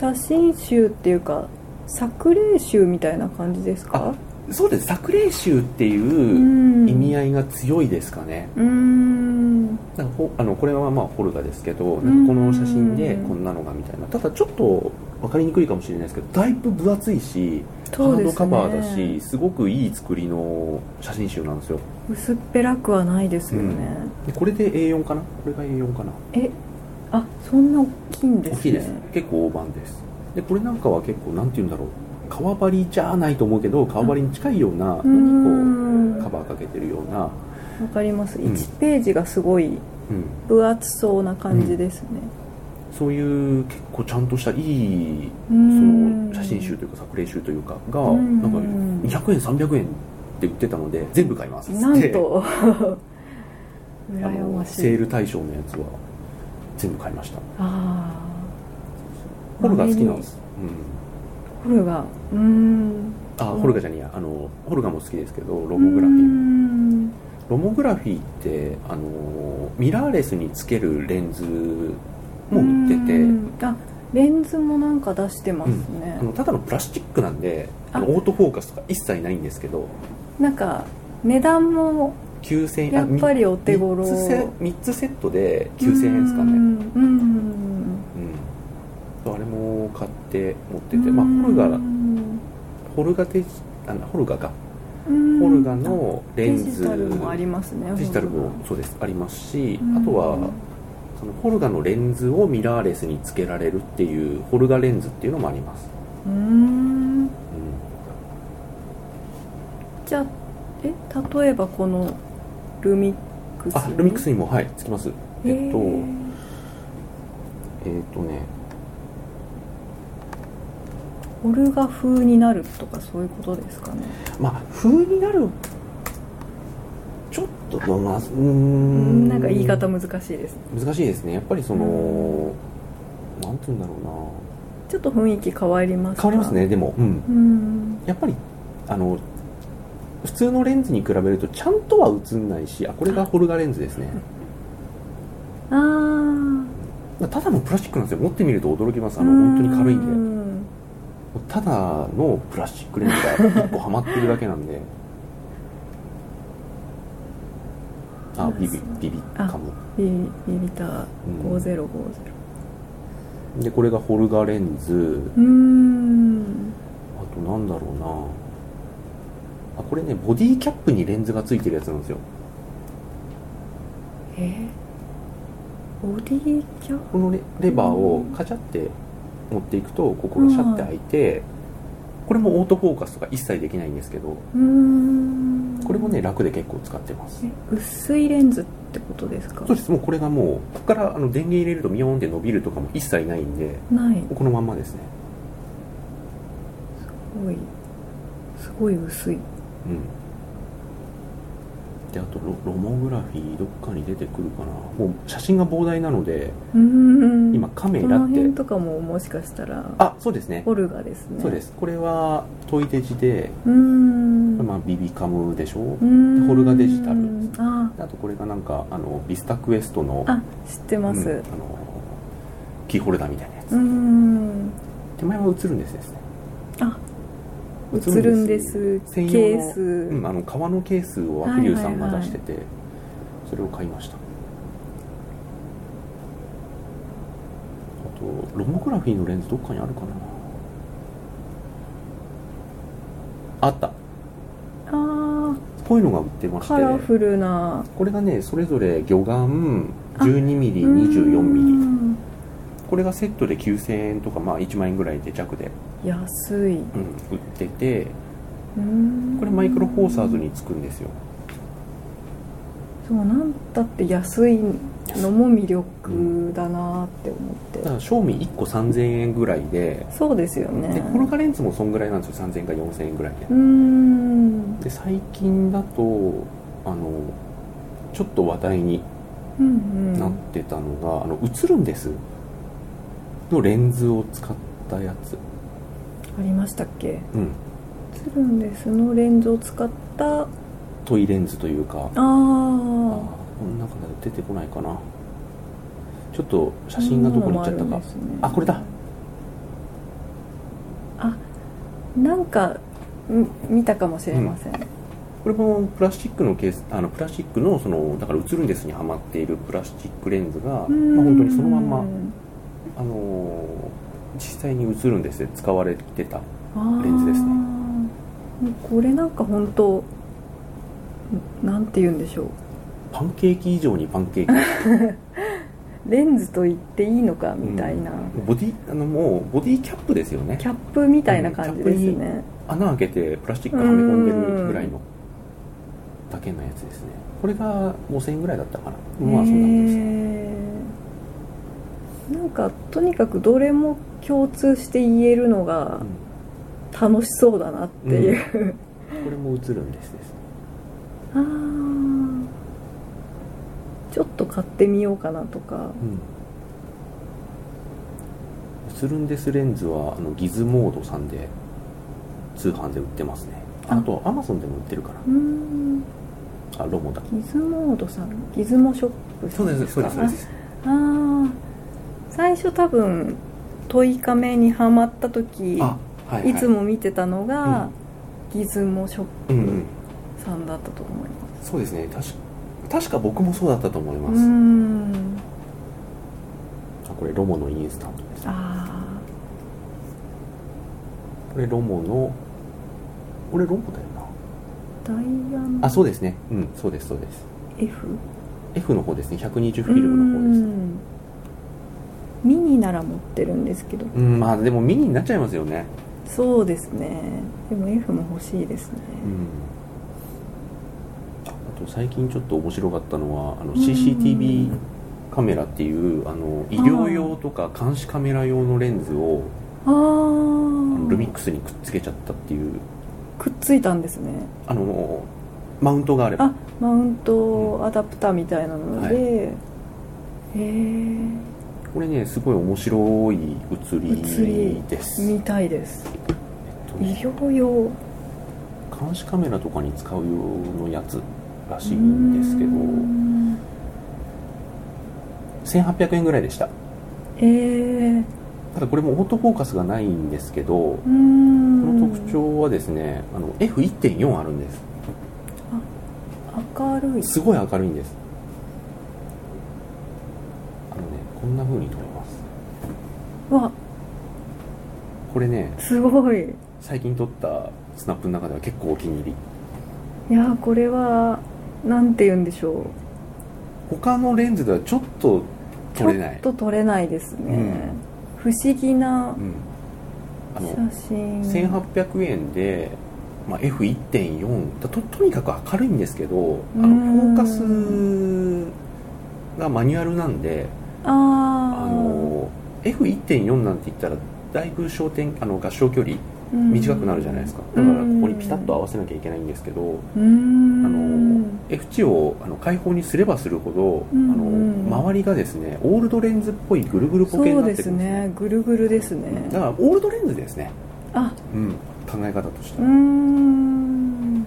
Speaker 1: たいな
Speaker 2: 写真集っていうか作例集みたいな感じですか
Speaker 1: そうです作例集っていう
Speaker 2: 意
Speaker 1: 意味
Speaker 2: 合い
Speaker 1: 合いが強いですかね、
Speaker 2: うーん
Speaker 1: なんかほあのこれはまあフォルダですけどなんかこの写真で
Speaker 2: うん
Speaker 1: こんなのがみたいなただちょっと分かりにくいかもしれないですけどだいぶ分厚いしハ
Speaker 2: そう
Speaker 1: ー
Speaker 2: で
Speaker 1: ド
Speaker 2: す
Speaker 1: カ
Speaker 2: ね
Speaker 1: バーだしすごくいい作りの写真集なんですよ
Speaker 2: 薄っぺらくはないですよね、
Speaker 1: でこれで A4 かなこれが A4 かな
Speaker 2: えあそんな大きいんですね
Speaker 1: 大きいです結構大判ですでこれなんかは結構なんて言うんだろう革張りじゃないと思うけど革張りに近いような
Speaker 2: う
Speaker 1: のに
Speaker 2: ん
Speaker 1: こうカバーかけてるような、
Speaker 2: わかります
Speaker 1: ん
Speaker 2: 1ページがすごい
Speaker 1: うん、
Speaker 2: 分厚そうな感じですね、
Speaker 1: そういう結構ちゃんとしたいいそ
Speaker 2: そ
Speaker 1: の写真集というか作例集というかが
Speaker 2: うん
Speaker 1: なんか200円300円って売ってたので全部買いますっつって
Speaker 2: なんと
Speaker 1: あ
Speaker 2: 羨ま
Speaker 1: の
Speaker 2: し
Speaker 1: セ
Speaker 2: い
Speaker 1: ール対象のやつは全部買いました
Speaker 2: ああ
Speaker 1: ホルガー好きなんです、うん、
Speaker 2: ホルガーうーん
Speaker 1: あ
Speaker 2: うん
Speaker 1: ホルガーじゃねえやあのホルガーも好きですけどロモグラフィ
Speaker 2: うー
Speaker 1: ー
Speaker 2: ん
Speaker 1: ロモグラフィーってあのミラーレスにつけるレンズも売ってて、
Speaker 2: うーんあレンズもなんか出してますね
Speaker 1: あ、のただのプラスチックなんで
Speaker 2: あ
Speaker 1: あのオートフォーカスとか一切ないんですけど
Speaker 2: なんか値段も
Speaker 1: 9000円
Speaker 2: やっぱ
Speaker 1: り
Speaker 2: りお手頃
Speaker 1: 3つセ3つセットで9000円ですかね
Speaker 2: うんうん
Speaker 1: うんそうあれも買って持って
Speaker 2: う
Speaker 1: て、
Speaker 2: ん
Speaker 1: まあ、ホルガ
Speaker 2: う
Speaker 1: ー
Speaker 2: ん
Speaker 1: ホルガーデジあのホルガーか
Speaker 2: うん
Speaker 1: ホルガーのレンズ
Speaker 2: デジタルもありますね
Speaker 1: デジタルも
Speaker 2: ホ
Speaker 1: そうですありますし
Speaker 2: ルガー
Speaker 1: あとは
Speaker 2: うん
Speaker 1: そのホルガのレンズをミラーレスにつけられるっていうホルガレンズっていうのもあります、
Speaker 2: うーん
Speaker 1: う
Speaker 2: じゃあえ例えばこのルミックス
Speaker 1: ん、あルミックスにもはいつきます
Speaker 2: へ
Speaker 1: えっと
Speaker 2: ー
Speaker 1: えっとね
Speaker 2: ホルガ風になるとかそういうことですかね
Speaker 1: まあ風になるちょっとまあまあうーん
Speaker 2: なんか言い方難しいですね
Speaker 1: 難しいですねやっぱりそのなんて言うんだろうな
Speaker 2: ちょっと雰囲気変わりますか
Speaker 1: 変わりますねでも、うん
Speaker 2: う、ん
Speaker 1: やっぱりあの普通のレンズに比べるとちゃんとは映んないしあこれがホルガレンズですね
Speaker 2: あー
Speaker 1: ただのプラスチックなんですよ持ってみると驚きます
Speaker 2: あ
Speaker 1: あの本当に軽いんで
Speaker 2: で
Speaker 1: ただのプラスチックレンズが1個はまってるだけなんで あビビビビ
Speaker 2: あ
Speaker 1: かも
Speaker 2: ビビビタ5050
Speaker 1: でこれがホルガレンズ
Speaker 2: うーん
Speaker 1: あとなんだろうなあこれねボディキャップにレンズがついてるやつなんですよ
Speaker 2: えボディキャッ
Speaker 1: このレレバーをカチャって持っていくとここがシャッて開いてこれもオートフォーカスとか一切できないんですけど
Speaker 2: うーん
Speaker 1: これもね楽で結構使ってます
Speaker 2: え薄いレンズってことですか
Speaker 1: そうですもうこれがもうここからあの電源入れるとミヨーンって伸びるとかも一切ないんで
Speaker 2: ない
Speaker 1: このまんまですね
Speaker 2: すごいすごい薄い
Speaker 1: うんであとロロモグラフィーどっかに出てくるかなもう写真が膨大なので
Speaker 2: うーん
Speaker 1: 今カメ
Speaker 2: こ
Speaker 1: ラ
Speaker 2: の
Speaker 1: って
Speaker 2: 辺とかももしかしたら
Speaker 1: あそうですね
Speaker 2: ホルガですね
Speaker 1: そうですこれはトイデジで、
Speaker 2: うーん
Speaker 1: まあ、ビビカムでしょ
Speaker 2: うーん
Speaker 1: ホルガデジタル
Speaker 2: あ
Speaker 1: あとこれがなんかあのビスタクエストの
Speaker 2: あ知ってま
Speaker 1: うん
Speaker 2: す
Speaker 1: あのキーホルダーみたいなやつ、
Speaker 2: うーん
Speaker 1: 手前は映るんですですね
Speaker 2: あ映るんですケ
Speaker 1: 専用の
Speaker 2: ース、
Speaker 1: うん、あの革のケースをアクリューさんが出してて、それを買いましたあとロモグラフィーのレンズどっかにあるかなあった
Speaker 2: あ
Speaker 1: こういうのが売ってま
Speaker 2: あ
Speaker 1: し
Speaker 2: カラ
Speaker 1: て
Speaker 2: フルな
Speaker 1: これがねそれぞれ魚眼
Speaker 2: あ
Speaker 1: 12mm24mm
Speaker 2: ミ
Speaker 1: これがセットで9000円とか、まあ、1万円ぐらいで弱で、
Speaker 2: リ安い
Speaker 1: うん、売ってて
Speaker 2: うーん
Speaker 1: これマイクロフォーサーズにつくんですよ
Speaker 2: そうなんだって安いのも魅力だなって思って、
Speaker 1: だから賞味1個3000円ぐらいで
Speaker 2: そうですよね
Speaker 1: でホルガレンズもそんぐらいなんですよ3000円か4000円ぐらいで
Speaker 2: うーん
Speaker 1: で最近だとあのちょっと話題に
Speaker 2: うんう
Speaker 1: なっ
Speaker 2: ん
Speaker 1: てたのが、あの映るんですのレンズを使ったやつ
Speaker 2: ありましたっけ
Speaker 1: うん
Speaker 2: つるんですのレンズを使ったあ
Speaker 1: トイレンズというか
Speaker 2: あ
Speaker 1: あーこ
Speaker 2: ー
Speaker 1: の中で出てこないかなちょっと写真がどこに行っちゃった
Speaker 2: こんなのも
Speaker 1: か
Speaker 2: るんですね
Speaker 1: あこれだ
Speaker 2: あなんかみ見たかもしれません、
Speaker 1: これもプラスチックのケースあのプラスチックのそのだから映るんですにはまっているプラスチックレンズが、まあ、
Speaker 2: うん
Speaker 1: 本当にそのまんまあのー実際に映るんですよ使われてた
Speaker 2: あー
Speaker 1: レンズですね
Speaker 2: これなんか本当んなんて言うんでしょう
Speaker 1: パンケーキ以上にパンケー キ
Speaker 2: レンズと言っていいのかみたいな、
Speaker 1: ボディあのもうボディキャップですよね
Speaker 2: キャップみたいな感じですね
Speaker 1: 穴開けてプラスチックはめ込んでるぐらいのだけのやつですねこれが5000円ぐらいだったかなまあそんなもんですね
Speaker 2: へーなんかとにかくどれも共通して言えるのが楽しそうだなっていう、
Speaker 1: これも映るんですですね
Speaker 2: ああちょっと買ってみようかなとか
Speaker 1: 映るんですレンズはあのギズモードさんで通販で売ってますね
Speaker 2: あ
Speaker 1: あとアマゾンでも売ってるか
Speaker 2: うーん
Speaker 1: らあロモだ
Speaker 2: ギズモードさんギズモショップさんか
Speaker 1: す
Speaker 2: ああ最初多分問いカメにはまった時、
Speaker 1: あはい、はい、
Speaker 2: い、つも見てたのが、ギズモショッ
Speaker 1: うん、うん、
Speaker 2: プさんだったと思います
Speaker 1: そうですね確か確か僕もそうだったと思いうます、
Speaker 2: ーん
Speaker 1: あこれロモのインスタントです
Speaker 2: あ
Speaker 1: これロモのこれロモだよな
Speaker 2: ーダイアン
Speaker 1: あそうですねうんそうですそうです
Speaker 2: F
Speaker 1: F の方ですね120フィルムの方です
Speaker 2: うーんミニなら持ってるんですけど
Speaker 1: うんまあでもミニになっちゃいますよね
Speaker 2: そうですねでも F も欲しいですね、
Speaker 1: うんあと最近ちょっと面白かったのはあの
Speaker 2: うん
Speaker 1: CCTV カメラっていうあの医療用とか監視カメラ用のレンズをあ
Speaker 2: あ
Speaker 1: の
Speaker 2: あ
Speaker 1: ルミックスにくっつけちゃったっていう
Speaker 2: くっついたんですね
Speaker 1: あのマウントがあれば
Speaker 2: あマウントアダプターみたいなの
Speaker 1: は
Speaker 2: で、
Speaker 1: い
Speaker 2: へえ
Speaker 1: これねすごい面白い写りです
Speaker 2: 見たいです
Speaker 1: えっと
Speaker 2: 医
Speaker 1: ね
Speaker 2: 療用
Speaker 1: 監視カメラとかに使う用のやつらしいんですけど1800円ぐらいでした
Speaker 2: ええ
Speaker 1: ただこれもオートフォーカスがないんですけど
Speaker 2: うー
Speaker 1: こ
Speaker 2: ん
Speaker 1: の特徴はですねあの F1.4 あるんです
Speaker 2: 明るい
Speaker 1: すごい明るいんですあのねこんな風に撮れます
Speaker 2: わ
Speaker 1: これね
Speaker 2: すごい
Speaker 1: 最近撮ったスナップの中では結構お気に入り
Speaker 2: いやーこれはなんて言うんでしょう
Speaker 1: 他のレンズではちょっと
Speaker 2: ち
Speaker 1: 撮
Speaker 2: ょ
Speaker 1: れない
Speaker 2: っと撮れないですね、不思議な
Speaker 1: うん、あの
Speaker 2: 写真
Speaker 1: 1800円で、まあ、F1.4 だととにかく明るいんですけどあのフ
Speaker 2: うん
Speaker 1: ォーカスがマニュアルなんであ
Speaker 2: ああ
Speaker 1: の F1.4 なんて言ったらだいぶ焦点あの合掌距離短くなるじゃないですか、だからここにピタッと合わせなきゃいけないんですけど、
Speaker 2: うーん
Speaker 1: あの F 値をあの開放にすればするほど、
Speaker 2: うんうん
Speaker 1: あの周りがですねオールドレンズっぽいぐるぐるポケに
Speaker 2: そう
Speaker 1: なっ
Speaker 2: で
Speaker 1: て
Speaker 2: す
Speaker 1: くるんです
Speaker 2: ねぐるぐるです
Speaker 1: よ
Speaker 2: ね
Speaker 1: だからオールドレンズですね、
Speaker 2: あ
Speaker 1: うん、考え方として
Speaker 2: うー
Speaker 1: は、
Speaker 2: ん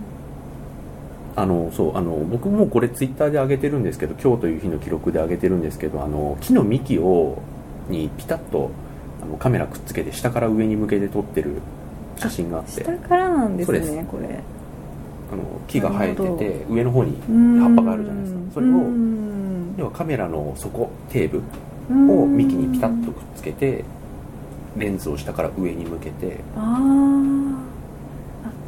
Speaker 1: あのそうあの僕もこれツイッターで上げてるんですけど今日という日の記録で上げてるんですけどあの木の幹をにピタッとあのカメラくっつけて下から上に向けて撮ってる写真があって
Speaker 2: 下からなんですね
Speaker 1: そうで
Speaker 2: これ
Speaker 1: あの木が生えて
Speaker 2: なる
Speaker 1: て上の方に
Speaker 2: 葉
Speaker 1: 葉っぱがあるじゃないですかそれを要はカメラの底テーブを幹にピタッとくっつけてレンズを下から上に向けて、
Speaker 2: あー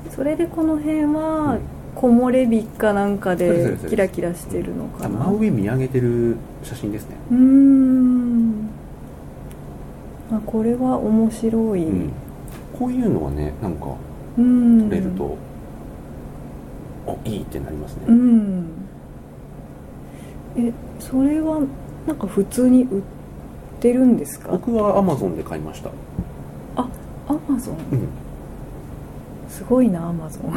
Speaker 2: あそれでこの辺は木漏れ日かなんか
Speaker 1: そうですそう
Speaker 2: で
Speaker 1: です
Speaker 2: キラキラしてるのか
Speaker 1: あ
Speaker 2: な
Speaker 1: 真上見上げてる写真ですね、
Speaker 2: うーんあこれは面白い、
Speaker 1: うんこういうのはねなんか
Speaker 2: うん
Speaker 1: 撮れると、あいいってなりますね、
Speaker 2: うんえそれはなんか普通に売ってるんですか
Speaker 1: 僕はアマゾンで買いました、
Speaker 2: アマゾン
Speaker 1: うん、
Speaker 2: すごいなアマゾン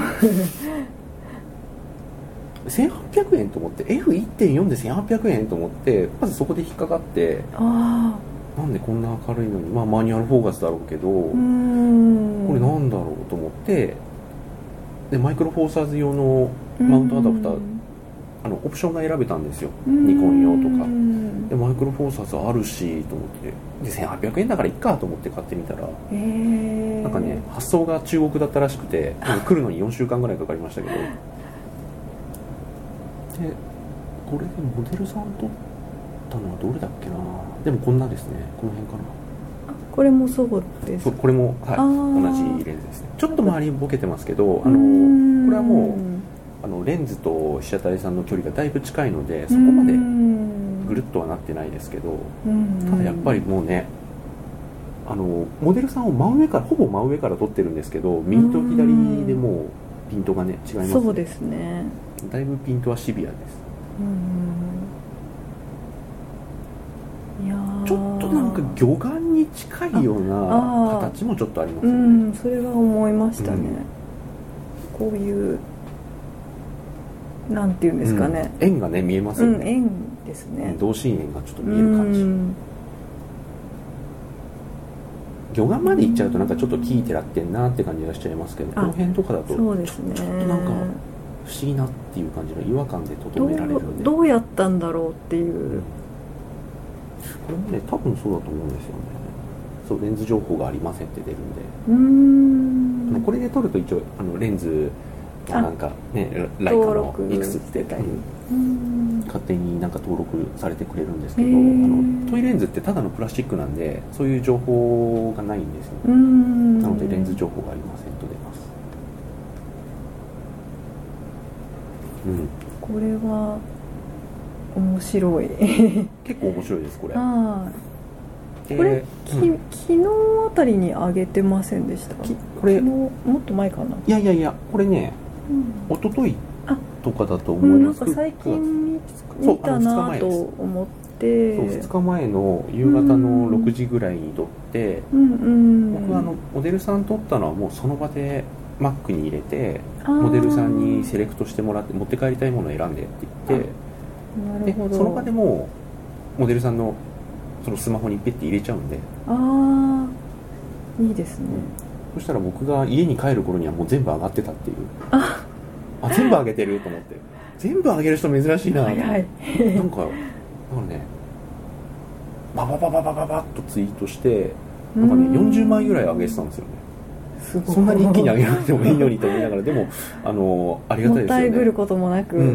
Speaker 1: 1800円と思って F1.4 で1800円と思ってまずそこで引っかかって
Speaker 2: ああ
Speaker 1: なんでこんな明るいのにまあマニュアルフォーカスだろうけど、
Speaker 2: うーん
Speaker 1: これなんだろうと思ってでマイクロフォーサーズ用のマウントアダプターあのオプションが選べたんですよニコン用とかで
Speaker 2: とか
Speaker 1: マイクロフォーサーズあるしと思ってで1800円だからいっかと思って買ってみたら
Speaker 2: えー、
Speaker 1: なんかね発送が中国だったらしく てなんか来るのに4週間ぐらいかかりましたけどでこれでモデルさん撮ったのはどれだっけなでもこんなですねこの辺かな
Speaker 2: これもそうです
Speaker 1: そうこれも、
Speaker 2: あ
Speaker 1: はい、
Speaker 2: ー
Speaker 1: 同じレンズですねちょっと周りボケてますけどあ
Speaker 2: う
Speaker 1: の
Speaker 2: ーん
Speaker 1: これはもうあのレンズと被写体さんの距離がだいぶ近いのでそこまで
Speaker 2: うーん
Speaker 1: ぐるっとはなってないですけど
Speaker 2: うん
Speaker 1: ただやっぱりもうねあのモデルさんを真上からほぼ真上から撮ってるんですけど右と左でもうピントがね違いますね
Speaker 2: そうですね
Speaker 1: だいぶピントはシビアです
Speaker 2: うんうんいやー
Speaker 1: ちょっとなんか魚眼に近いような
Speaker 2: あー
Speaker 1: 形もちょっとあります
Speaker 2: う
Speaker 1: よね、
Speaker 2: んそれは思いましたね、こういうなんていうんですかね、
Speaker 1: 円がね見えます
Speaker 2: う
Speaker 1: よ
Speaker 2: ん
Speaker 1: ね、
Speaker 2: 円ですね
Speaker 1: 同心円がちょっと
Speaker 2: う
Speaker 1: 見える感じ、
Speaker 2: ん
Speaker 1: 魚眼まで行っちゃうとなんかちょっと木いてらってんなって感じがしちゃいますけどこ
Speaker 2: あ
Speaker 1: の辺とかだと不
Speaker 2: そ
Speaker 1: 思
Speaker 2: うですね
Speaker 1: ちょっとなんか議なっていう感じの違和感でとど
Speaker 2: ど
Speaker 1: められるん
Speaker 2: う
Speaker 1: で
Speaker 2: どうやったんだろうっていう、
Speaker 1: これもね多分そうだと思うんですよねそうレンズ情報がありませんって出るんで、
Speaker 2: うー
Speaker 1: あの
Speaker 2: ん
Speaker 1: これで撮ると一応あのレンズ
Speaker 2: あ
Speaker 1: なんかねライカ
Speaker 2: 登
Speaker 1: の
Speaker 2: 録
Speaker 1: いくつって、
Speaker 2: してたり
Speaker 1: うん
Speaker 2: うん
Speaker 1: 勝手になんか登録されてくれるんですけど、
Speaker 2: へー
Speaker 1: あのトイレンズってただのプラスチックなんでそういう情報がないんですよね、
Speaker 2: うん
Speaker 1: なのでレンズ情報がありませんと出ますうん
Speaker 2: これは面 白い
Speaker 1: 結構面白いですこれ
Speaker 2: はい
Speaker 1: で
Speaker 2: これき
Speaker 1: うん
Speaker 2: 昨日あたりに上げてませんでした
Speaker 1: き
Speaker 2: 昨
Speaker 1: これ
Speaker 2: 日
Speaker 1: い
Speaker 2: もっと前かな、
Speaker 1: やいやいやこれね
Speaker 2: うん
Speaker 1: 一昨日
Speaker 2: あ
Speaker 1: とかだと
Speaker 2: う
Speaker 1: 思い
Speaker 2: ん、な
Speaker 1: ま
Speaker 2: ん
Speaker 1: す
Speaker 2: か最近見
Speaker 1: そう
Speaker 2: 見た
Speaker 1: あの二
Speaker 2: な
Speaker 1: 日前
Speaker 2: と
Speaker 1: です
Speaker 2: 思
Speaker 1: そ
Speaker 2: っ
Speaker 1: う
Speaker 2: て
Speaker 1: 2日前の夕方の
Speaker 2: うん
Speaker 1: 6時ぐらいに撮って
Speaker 2: うんうん
Speaker 1: 僕はあのモデルさん撮ったのはもうその場で Mac に入れて
Speaker 2: あー
Speaker 1: モデルさんにセレクトしてもらって持って帰りたいものを選んでって言って
Speaker 2: な
Speaker 1: で
Speaker 2: るほど
Speaker 1: その場でもうモデルさんのそのスマホにペッて入れちゃうんで
Speaker 2: ああいいですね
Speaker 1: そしたら僕が家に帰る頃にはもう全部上がってたっていうあ全部上げてると思って全部上げる人珍しいな
Speaker 2: はいはい
Speaker 1: なんかだからねバババババババッとツイートしてなんかね40枚ぐらい上げてたんですよね
Speaker 2: すごい
Speaker 1: そんなに一気に上げなくてもいいのにと思いながらでもあのありがた
Speaker 2: も
Speaker 1: い
Speaker 2: っ
Speaker 1: ですよ
Speaker 2: た
Speaker 1: ね
Speaker 2: いぶることもなく、
Speaker 1: うん、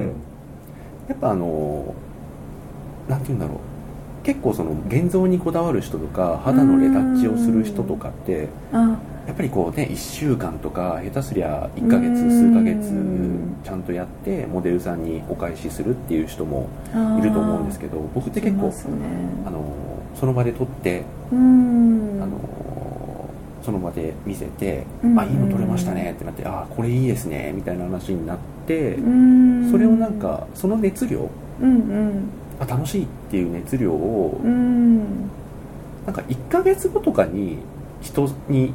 Speaker 1: やっぱあのなんて言うんだろう結構その現像にこだわる人とか肌のレタッチをする人とかって
Speaker 2: あ
Speaker 1: やっぱりこうね1週間とか下手すりゃ1ヶ月数ヶ月ちゃんとやってモデルさんにお返しするっていう人もいると思うんです
Speaker 2: け
Speaker 1: けど僕って結構
Speaker 2: ますね
Speaker 1: あのその場で撮って
Speaker 2: うん
Speaker 1: あのその場で見せて「
Speaker 2: うん
Speaker 1: あいいの撮れましたね」ってなって「あこれいいですね」みたいな話になって
Speaker 2: うん
Speaker 1: それをなんかその熱量
Speaker 2: うん
Speaker 1: あ楽しいっていう熱量を
Speaker 2: うんうん
Speaker 1: なんか1ヶ月後とかに人に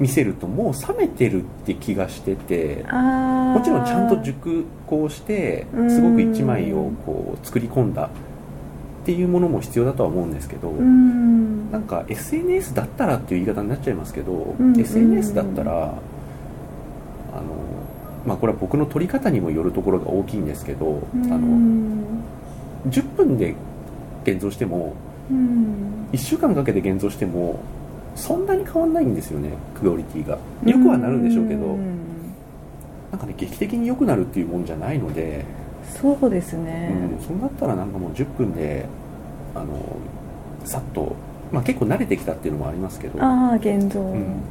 Speaker 1: 見せるともう冷めてるって気がしてて
Speaker 2: あー
Speaker 1: もちろんちゃんと熟考して
Speaker 2: うん
Speaker 1: すごく1枚をこう作り込んだっていうものも必要だとは思うんですけど
Speaker 2: うん
Speaker 1: なんか SNS だったらっていう言い方になっちゃいますけど、
Speaker 2: んうん
Speaker 1: SNS だったらあの、まあ、これは僕の撮り方にもよるところが大きいんですけど、あの10分で現像しても
Speaker 2: うん
Speaker 1: 1週間かけて現像してもそんなに変わんないんですよねクオリティが良くはなるんでしょうけど、
Speaker 2: ん
Speaker 1: なんかね劇的に良くなるっていうもんじゃないので、
Speaker 2: そうですね、
Speaker 1: うん、そうなったらなんかもう10分であのさっと、まあ、結構慣れてきたっていうのもありますけど
Speaker 2: ああ現像、
Speaker 1: うん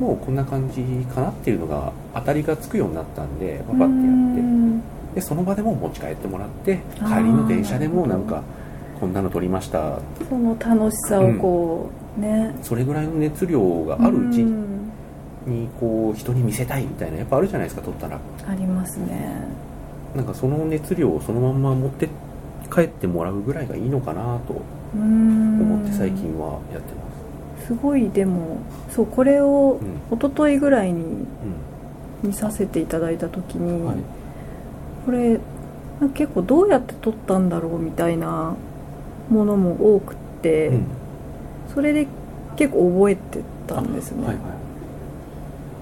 Speaker 1: もうこんな感じかなっていうのが当たりがつくようになったんでパパってやってでその場でもう持ち帰ってもらって帰
Speaker 2: あー
Speaker 1: りの電車でもなんかこんなの撮りました
Speaker 2: てその楽しさをこう、ね
Speaker 1: それぐらいの熱量があるうち
Speaker 2: ん
Speaker 1: にこう人に見せたいみたいなやっぱあるじゃないですか撮ったら
Speaker 2: ありますね
Speaker 1: なんかその熱量をそのまんま持って帰ってもらうぐらいがいいのかなと
Speaker 2: うん
Speaker 1: 思って最近はやってます
Speaker 2: すごいでもそうこれを
Speaker 1: うん
Speaker 2: 一昨日ぐらいに
Speaker 1: う
Speaker 2: 見させていただいた時に、
Speaker 1: んはい
Speaker 2: これなんか結構どうやって撮ったんだろうみたいなものも多くって、
Speaker 1: うん
Speaker 2: それで結構覚えてたんですね、
Speaker 1: はいはい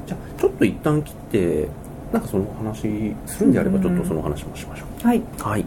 Speaker 1: じゃあちょっと一旦切ってなんかその話するんであれば
Speaker 2: うん
Speaker 1: ちょっとその話もしましょう、
Speaker 2: はい
Speaker 1: はい